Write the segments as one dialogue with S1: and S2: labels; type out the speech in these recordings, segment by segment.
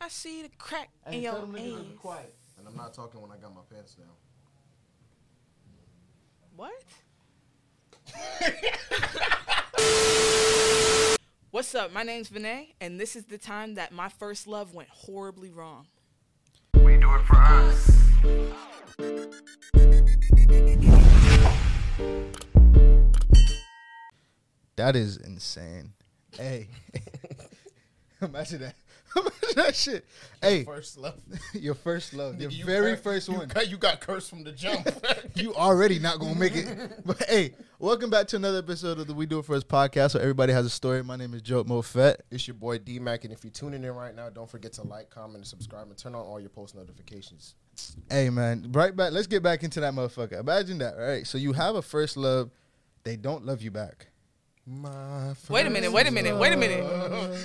S1: I see the crack in
S2: Hey,
S1: your
S2: tell them niggas to be
S1: ass.
S2: quiet.
S3: And I'm not talking when I got my pants down.
S1: What? What's up? My name's Vinay, and this is the time that my first love went horribly wrong.
S4: We do it for us.
S3: That is insane. Hey, imagine that. Imagine that shit. Hey,
S5: First love.
S3: your first love, your
S5: Nigga, you
S3: very
S5: cur-
S3: first
S5: you
S3: one.
S5: cur- You got cursed from the jump.
S3: You already not gonna make it. But hey, welcome back to another episode of the We Do It First podcast, where everybody has a story. My name is Joe Mofet.
S5: it's your boy D Mac, and if you're tuning in right now, don't forget to like, comment, and subscribe, and turn on all your post notifications.
S3: Hey man, right back. Let's get back into that motherfucker. Imagine that, right? So you have a first love, they don't love you back.
S5: My
S1: Wait a minute, wait a minute, wait a minute.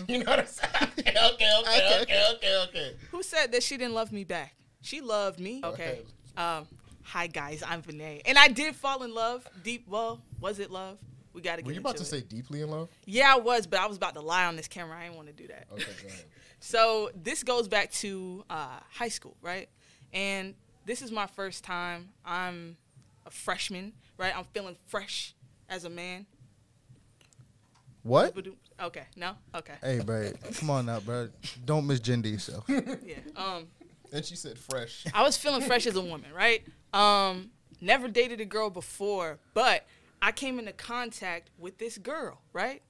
S5: you know what I'm saying? Okay, okay, okay, okay, okay, okay.
S1: Who said that she didn't love me back? She loved me. Okay. Um, hi guys, I'm Vinay. And I did fall in love. Deep well, was it love? We gotta get
S5: Were you about
S1: into
S5: to
S1: it.
S5: say deeply in love?
S1: Yeah, I was, but I was about to lie on this camera. I didn't want to do that.
S5: Okay, go ahead.
S1: So this goes back to uh, high school, right? And this is my first time. I'm a freshman, right? I'm feeling fresh as a man.
S3: What?
S1: Okay, no, okay,
S3: Hey, bro, come on now, bro. Don't misgender yourself.
S1: yeah. Um,
S5: And she said fresh.
S1: I was feeling fresh as a woman, right? Um, never dated a girl before, but I came into contact with this girl, right?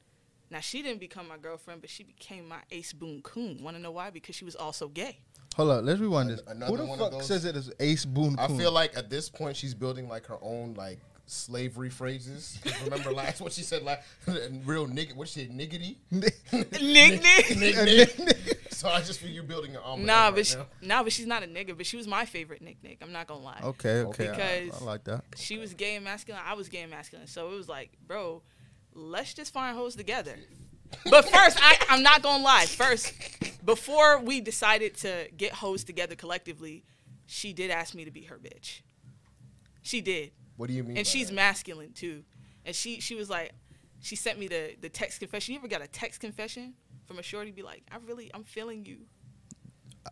S1: Now she didn't become my girlfriend, but she became my ace boon coon. Want to know why? Because she was also gay.
S3: Hold up, let's rewind this.
S5: Another
S3: Who the
S5: one of
S3: fuck
S5: those-
S3: says it is Ace Boone?
S5: I feel like at this point she's building like her own like slavery phrases. 'Cause Remember last what she said last real nigga what she said niggity?
S1: Nick, Nick.
S5: Nig- nig. so I just feel you're building your own.
S1: Nah, but she,
S5: now.
S1: nah, but she's not a nigga. But she was my favorite Nick Nick. I'm not gonna lie.
S3: Okay, okay, I- I,
S1: Because-
S3: like that.
S1: She was gay and masculine. I was gay and masculine. So it was like, bro, let's just find hoes together. But first, I, I'm not gonna lie. First, before we decided to get hoes together collectively, she did ask me to be her bitch. She did,
S5: what do you mean?
S1: and
S5: by
S1: she's
S5: that?
S1: masculine too. And she she was like, she sent me the the text confession. You ever got a text confession from a shorty? Be like, I really I'm feeling you.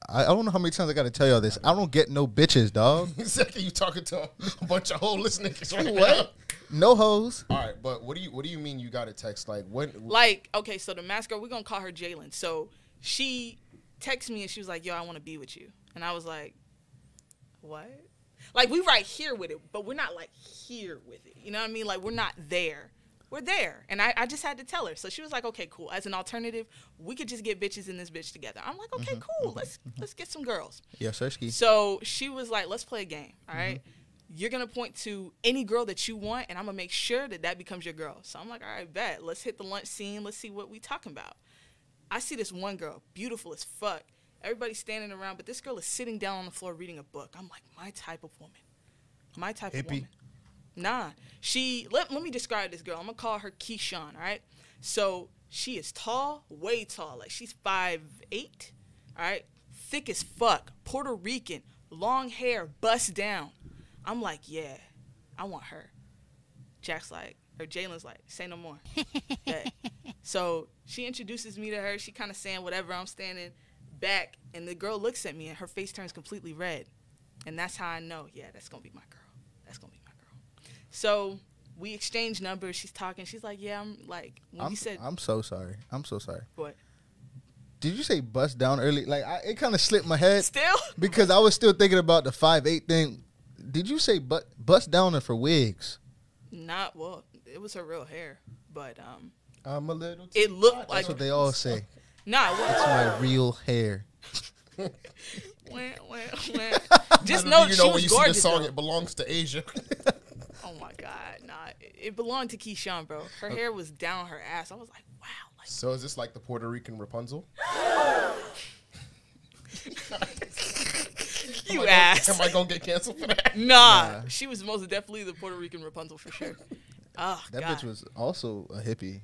S3: I, I don't know how many times I got to tell y'all this. I don't get no bitches, dog.
S5: Exactly, you talking to a bunch of homeless niggas right
S3: What? No hoes.
S5: now. All right, but what do you what do you mean you got a text like when?
S1: like okay so the mask girl we're gonna call her jalen so she texted me and she was like yo i want to be with you and i was like what like we right here with it but we're not like here with it you know what i mean like we're not there we're there and I, I just had to tell her so she was like okay cool as an alternative we could just get bitches in this bitch together i'm like okay cool let's let's get some girls
S3: Yeah, Sersky.
S1: so she was like, let's play a game. All right? You're going to point to any girl that you want, and I'm going to make sure that that becomes your girl. So I'm like, all right, bet. Let's hit the lunch scene. Let's see what we talking about. I see this one girl, beautiful as fuck. Everybody's standing around, but this girl is sitting down on the floor reading a book. I'm like, my type of woman. My type of
S3: Hippie.
S1: woman. Nah. She let, let me describe this girl. I'm gonna call her Keyshawn, all right? So she is tall, way tall. Like she's five eight, all right? Thick as fuck, Puerto Rican, long hair, bust down. I'm like, yeah, I want her. Jack's like, or Jalen's like, say no more. Bet. So she introduces me to her. She kind of saying whatever. I'm standing back, and the girl looks at me, and her face turns completely red. And that's how I know, yeah, that's gonna be my girl. That's gonna be my girl. So we exchange numbers. She's talking. She's like, yeah, I'm like, when
S3: I'm,
S1: you said
S3: I'm so sorry. I'm so sorry.
S1: what?
S3: Did you say bust down early? Like I, it kind of slipped my head
S1: Still?
S3: because I was still thinking about the five eight thing. Did you say but bust down or for wigs?
S1: Not well. It was her real hair, but um,
S5: I'm a little.
S1: it looked like
S3: That's what they all say.
S1: nah. It wasn't.
S3: It's my real hair.
S1: Wah, wah, wah. Just
S5: Do
S1: know,
S5: you
S1: she
S5: know
S1: was
S5: when you see the
S1: gorgeous.
S5: song
S1: though.
S5: "It Belongs to Asia."
S1: Oh my God, nah, it- it belonged to Keyshawn, bro. Her hair was down her ass. I was like, wow, like
S5: so is this like the Puerto Rican Rapunzel?
S1: you
S5: Am
S1: ass.
S5: I gonna get canceled for that?
S1: Nah, she was most definitely the Puerto Rican Rapunzel for sure. Oh
S3: That
S1: God,
S3: bitch was also a hippie.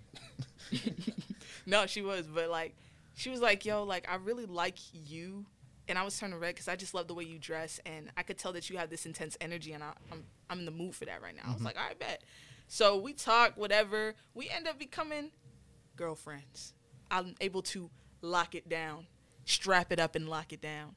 S1: no, she was, but like, she was like, yo, like I really like you, and I was turning red because I just love the way you dress, and I could tell that you have this intense energy, and I, I'm I'm in the mood for that right now.
S5: Mm-hmm.
S1: I was like, all right, bet. So we talk, whatever. We end up becoming girlfriends. I'm able to lock it down. strap it up and lock it down.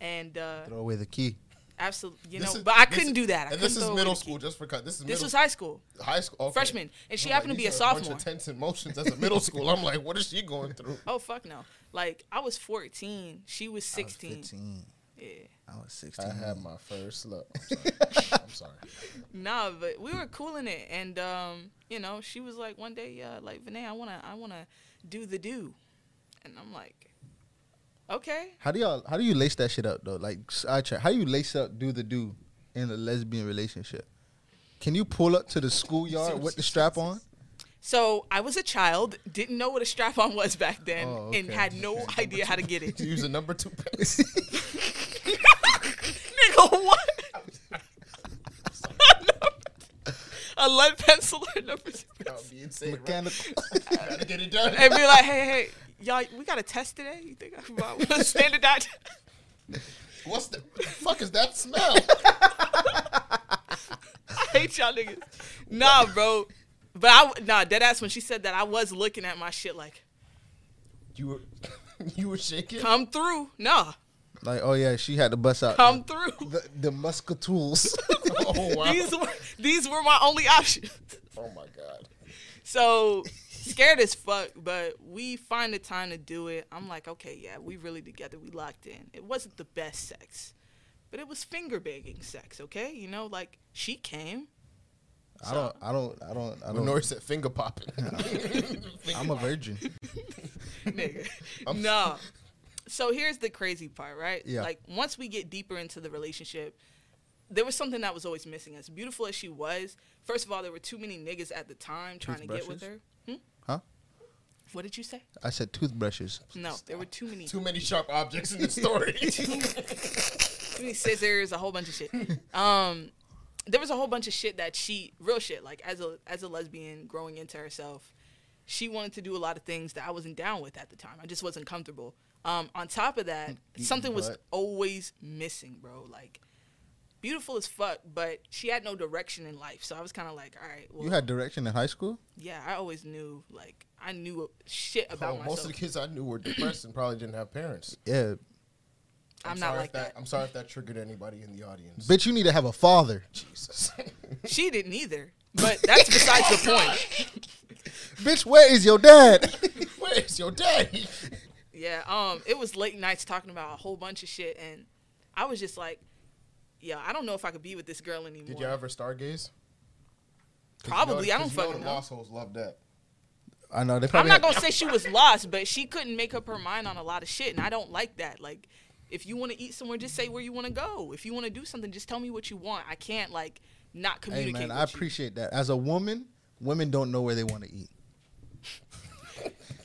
S1: And uh,
S3: Throw away the key.
S1: absolutely, you
S5: This
S1: know,
S5: is-
S1: but I
S5: this
S1: couldn't
S5: is-
S1: do that. I
S5: and this
S1: couldn't
S5: is
S1: throw
S5: middle
S1: away the key.
S5: school, just for cut. This is
S1: This
S5: middle
S1: was high school.
S5: high school okay.
S1: freshman, and she
S5: I'm
S1: happened to
S5: like,
S1: be a
S5: these are
S1: sophomore.
S5: Bunch of tense and motions as a middle school. I'm like, what is she going through?
S1: Oh fuck no! Like I was 14, she was
S3: I was
S1: 16.
S3: 15.
S1: yeah.
S3: I was 16.
S5: I had my first love. I'm sorry. I'm sorry.
S1: Nah, but we were cooling it, and um, you know, she was like, one day, uh, like Vinay, I wanna, I wanna do the do, and I'm like, okay,
S3: How do y'all? How do you lace that shit up though? Like side track. How do you lace up do the do in a lesbian relationship? Can you pull up to the schoolyard with the strap on?
S1: So I was a child, didn't know what a strap on was back then,
S3: Oh,
S1: and
S3: okay.
S1: had no idea how to get
S5: You
S1: it.
S5: use a number two pencil.
S1: Nigga, what? a lead pencil or number two.
S5: That would be insane. Right?
S3: Mechanical.
S5: Gotta get it done.
S1: And be like, hey, hey, y'all, we got a test today? You think I can buy one? Standard out.
S5: What's the, what the fuck is that smell?
S1: I hate y'all niggas. Nah, bro. But I, w- nah, deadass, when she said that, I was looking at my shit like,
S5: you were you were shaking.
S1: come through. Nah,
S3: like oh yeah, she had to bust out
S1: come through.
S3: the the muscatools.
S5: Oh wow.
S1: These were, these were my only options.
S5: Oh my god.
S1: So scared as fuck, but we find the time to do it. I'm like, okay, yeah, we really together. We locked in. It wasn't the best sex, but it was finger banging sex. Okay, you know, like she came.
S3: I don't. I don't. I don't. I
S5: When Nori
S3: don't.
S5: said finger popping.
S3: I'm a virgin.
S1: nigga. no. So here's the crazy part, right?
S3: Yeah.
S1: Like once we get deeper into the relationship, there was something that was always missing. As beautiful as she was, first of all, there were too many niggas at the time trying to get with her.
S3: Toothbrushes?
S1: Hmm?
S3: Huh?
S1: What did you say?
S3: I said toothbrushes.
S1: No, there were too many
S5: Too many sharp objects in the story.
S1: Too many scissors, a whole bunch of shit. Um, there was a whole bunch of shit that she, real shit, like as a as a lesbian growing into herself, she wanted to do a lot of things that I wasn't down with at the time. I just wasn't comfortable. Um, on top of that,
S5: Mm,
S1: something was
S5: butt.
S1: always missing, bro. Like beautiful as fuck, but she had no direction in life. So I was kind of like, all right, well,
S3: You had direction in high school.
S1: yeah, I always knew like I knew shit about
S5: Oh,
S1: myself.
S5: most of the kids I knew were depressed and probably didn't have parents.
S3: Yeah,
S1: I'm, not
S5: sorry
S1: like
S5: if
S1: that.
S5: I'm sorry if that triggered anybody in the audience.
S3: bitch, you need to have a father.
S5: Jesus.
S1: She didn't either. But that's besides the point.
S3: bitch, where is your dad?
S5: Where's your daddy?
S1: Yeah, um, it was late nights talking about a whole bunch of shit, and I was just like, "Yeah, I don't know if I could be with this girl anymore."
S5: Did you ever stargaze? 'Cause you
S1: Probably, I don't
S5: 'cause you
S1: fucking
S5: the
S1: know.
S5: Lost hoes love that.
S3: I know they
S1: I'm
S3: probably.
S1: not
S3: had-
S1: gonna say she was lost, but she couldn't make up her mind on a lot of shit, and I don't like that. Like, if you want to eat somewhere, just say where you want to go. If you want to do something, just tell me what you want. I can't like not
S3: Hey
S1: communicate.
S3: man,
S1: with
S3: I
S1: you.
S3: appreciate that. As a woman, women don't know where they want to eat.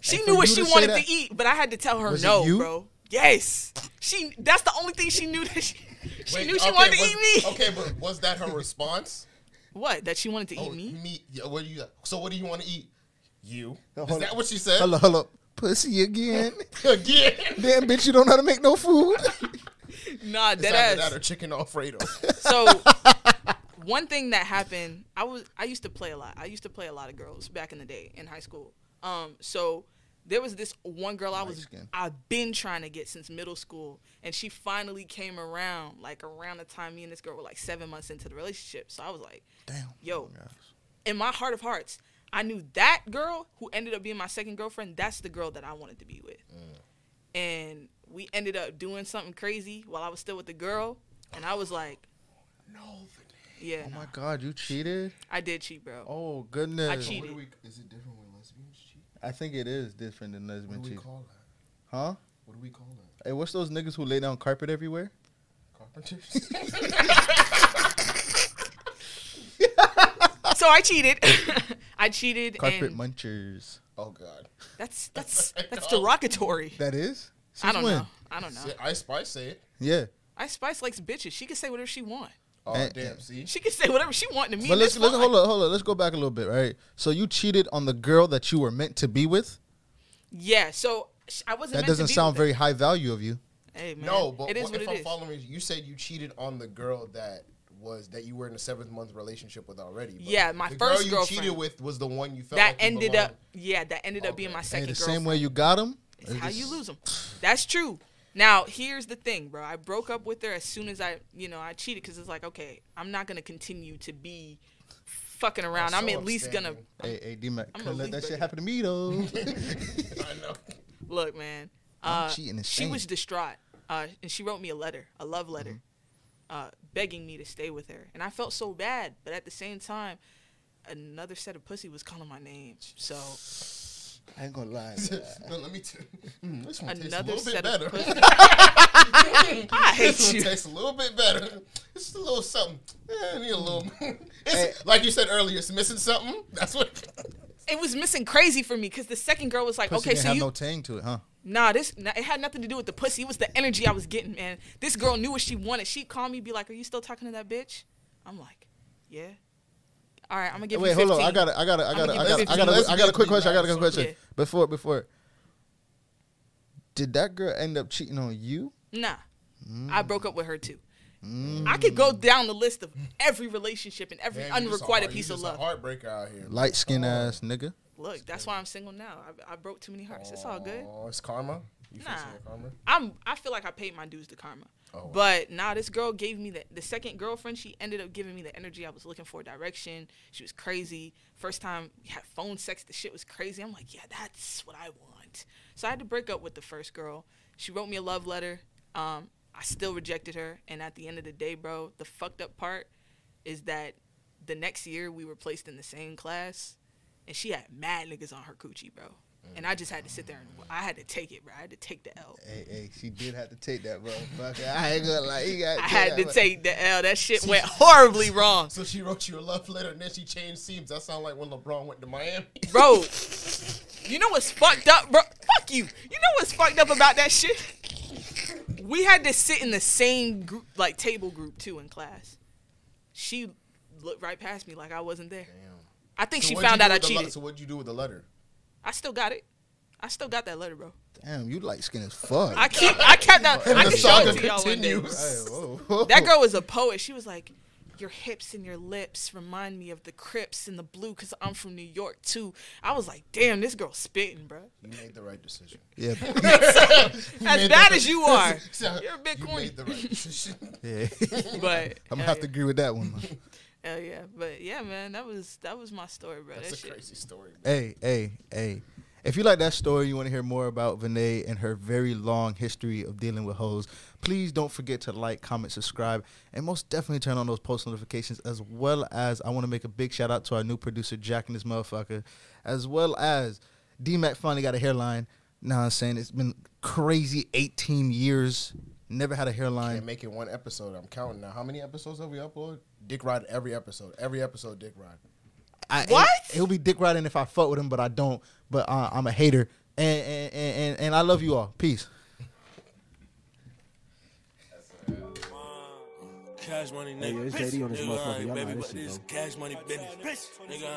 S1: She
S3: and
S1: knew
S3: for
S1: what
S3: you
S1: she
S3: to say
S1: wanted
S3: that-
S1: to eat, but I had to tell her
S3: Was it
S1: no,
S3: you?
S1: bro. Yes, she. That's the only thing she knew that she. She
S5: Wait,
S1: knew she
S5: okay,
S1: wanted to
S5: was-
S1: eat me.
S5: Okay, but was that her response? Oh,
S1: What? That she wanted
S3: Oh,
S1: to eat me?
S5: me. Yeah, what do you? So what do you want to eat? You.
S3: No,
S5: Is
S3: hold
S5: that
S3: on.
S5: what she said?
S3: Hello, hello, pussy again.
S5: Again.
S3: Damn, bitch, you don't know how to make no food.
S1: Nah,
S5: It's
S1: dead
S5: either
S1: ass.
S5: that or chicken Alfredo.
S1: So one thing that happened, I was I used to play a lot. I used to play a lot of girls back in the day in high school. Um, so there was this one girl I
S3: Light
S1: was
S3: skin.
S1: I've been trying to get since middle school, and she finally came around like around the time me and this girl were like seven months into the relationship. So I was like,
S3: Damn.
S1: Yo. in my heart of hearts, I knew that girl who ended up being my second girlfriend, that's the girl that I wanted to be with.
S3: Mm.
S1: And we ended up doing something crazy while I was still with the girl. And I was like,
S5: no.
S1: yeah,
S3: Oh
S1: nah,
S3: my god, you cheated.
S1: I did cheat, bro.
S3: Oh goodness.
S1: I cheated.
S5: we, is it different when lesbians cheat?
S3: I think it is different than
S5: What
S3: lesbian
S5: do we
S3: cheating.
S5: call that?
S3: Huh?
S5: What do we call that?
S3: Hey, what's those niggas who lay down carpet everywhere?
S5: Carpenters.
S1: so I cheated. I cheated,
S3: Carpet
S1: and
S3: munchers.
S5: oh God.
S1: that's that's
S5: That's
S1: that's
S5: all.
S1: derogatory.
S3: oh. That is. Since
S1: I don't
S3: when?
S1: know. I don't know.
S5: See, I Spice say it.
S3: Yeah.
S1: I Spice likes bitches. She can say whatever she want.
S5: Oh
S3: Eh,
S5: damn.
S3: eh.
S5: See.
S1: She can say whatever she want to me.
S3: But
S1: and
S3: let's
S1: it's
S3: let's
S1: fine.
S3: hold up, hold up. Let's go back a little bit, right? So you cheated on the girl that you were meant to be with.
S1: Yeah. So sh- I wasn't.
S3: That
S1: meant to
S3: doesn't
S1: be
S3: sound
S1: with
S3: very high value of you.
S1: it. Hey, man,
S5: No, but
S1: it is
S5: what-
S1: what
S5: if
S1: it
S5: I'm
S1: is.
S5: following you, you said you cheated on the girl that was that you were in a seventh month relationship with already. but
S1: Yeah, my
S5: the
S1: first
S5: girl you cheated
S1: girlfriend.
S5: with was the one you felt
S1: That
S5: like you
S1: ended
S5: belonged-
S1: up. Yeah, that ended up being
S5: Okay.
S1: my
S3: Hey,
S1: second
S3: Oh, the
S1: girlfriend.
S3: same way you got him,
S1: It's how you lose them. That's true. Now here's the thing, bro. I broke up with her as soon as I, you know, I cheated because it's like, okay, I'm not gonna continue to be fucking around.
S5: so
S1: I'm at least gonna
S5: upstanding.
S3: Hey, hey, D Mac,
S1: I'm
S3: couldn't
S1: a
S3: let that
S1: leaper.
S3: shit happen to me though.
S5: I know.
S1: look, man.
S3: I'm
S1: Uh,
S3: cheating is
S1: she
S3: shame.
S1: was distraught, uh, and she wrote me a letter, a love letter,
S3: Mm-hmm.
S1: uh, begging me to stay with her. And I felt so bad, but at the same time, another set of pussy was calling my name. So
S3: I ain't gonna lie.
S5: no, let me. T- mm, this one tastes a
S1: another
S5: little bit
S1: set of
S5: better.
S1: pussy. I
S5: This
S1: hate
S5: one
S1: you.
S5: tastes a little bit better. It's just a little something. Yeah, I need a little. It's, Like you said earlier, it's missing something. That's what.
S1: It was missing crazy for me because the second girl was like,
S3: Pussy
S1: okay,
S3: didn't
S1: so
S3: have
S1: you
S3: no tang to it, huh?
S1: Nah, this nah, it had nothing to do with the pussy. It was the energy I was getting, man. This girl knew what she wanted. She'd call me, be like, "Are you still talking to that bitch?" I'm like, "Yeah." All right, I'm gonna give
S3: Wait,
S1: you
S3: hold
S1: 15.
S3: on. I got, I got,
S1: I'ma
S3: I got, I
S1: give you
S3: got, I got,
S5: fifteen.
S3: I got a quick
S5: Let's
S3: question. I got a quick
S5: be nice.
S3: question. Before, before, did that girl end up cheating on you?
S1: Nah,
S3: Mm.
S1: I broke up with her too. I could go down the list of every relationship and every
S5: Damn, you just a
S1: unrequited
S5: heart- you
S1: piece of
S5: just a
S1: love.
S5: Heartbreaker out here.
S3: Light skin ass nigga.
S1: Look, that's why I'm single now. I, I broke too many hearts. It's all good.
S5: Oh, it's karma. You
S1: Nah.
S5: facing your karma?
S1: I'm I feel like I paid my dues to karma.
S5: wow.
S1: But nah, this girl gave me the the second girlfriend. She ended up giving me the energy I was looking for, direction. She was crazy. First time we had phone sex, the shit was crazy. I'm like, yeah, that's what I want. So I had to break up with the first girl. She wrote me a love letter. Um, I still rejected her. And at the end of the day, bro, the fucked up part is that the next year we were placed in the same class, and she had mad niggas on her coochie, bro. And I just had to sit there and I had to take it, bro. I had to take the L.
S3: Hey, hey, she did have to take that, bro. Fuck it. I ain't gonna lie. You got
S1: I had to take the L. That shit went horribly wrong.
S5: So she wrote you a love letter and then she changed seams. That sound like when LeBron went to Miami.
S1: Bro, you know what's fucked up, bro? Fuck you. You know what's fucked up about that shit? We had to sit in the same group, like table group too in class. She looked right past me like I wasn't there. I think she
S5: what'd you
S1: found
S5: do
S1: out I
S5: with the le-
S1: cheated.
S5: so what'd you do with the letter?
S1: I still got it. I still got that letter, bro.
S3: Damn, you light skin as fuck.
S1: I keep. I kept that. I
S5: the
S1: can show
S5: saga
S1: it to y'all one day.
S3: Hey,
S5: continues.
S3: whoa.
S1: That girl was a poet. She was like, "Your hips and your lips remind me of the Crips and the Blue, cause I'm from New York too." I was like, "Damn, this girl spitting, bro."
S5: You made the right decision.
S3: Yeah,
S1: As
S5: made
S1: bad
S5: the-
S1: as you are,
S5: So
S1: you're a bit
S5: you
S1: corny.
S5: made the right decision.
S3: yeah.
S1: But
S3: I'm gonna
S1: hell
S3: have to agree with that one. man.
S1: yeah, hell yeah. But yeah, man, that was that was my story, bro.
S5: That's
S1: that
S5: a
S1: shit.
S5: crazy story. man.
S3: Hey, hey, hey. If you like that story, you want to hear more about Vinay and her very long history of dealing with hoes, please don't forget to like, comment, subscribe, and most definitely turn on those post notifications. As well as, I want to make a big shout out to our new producer, Jack and this motherfucker, as well as D Mac finally got a hairline. Now I'm saying it's been crazy 18 years, never had a
S5: And
S3: hairline.
S5: make it one episode. I'm counting now. How many episodes have we uploaded? Dick Ride every episode. Every episode, Dick Ride.
S3: I,
S1: What?
S3: It, will be dick riding if I fuck with him, but I don't. But uh, I'm a hater, and and, and and and I love you all. Peace.
S2: Cash money, nigga.
S6: Hey, yo, it's JD on this
S2: Nigga,
S6: motherfucker.
S2: alright,
S6: Y'all know
S2: baby,
S6: how this
S2: but
S6: shit
S2: this
S6: go.
S2: cash money business. Nigga,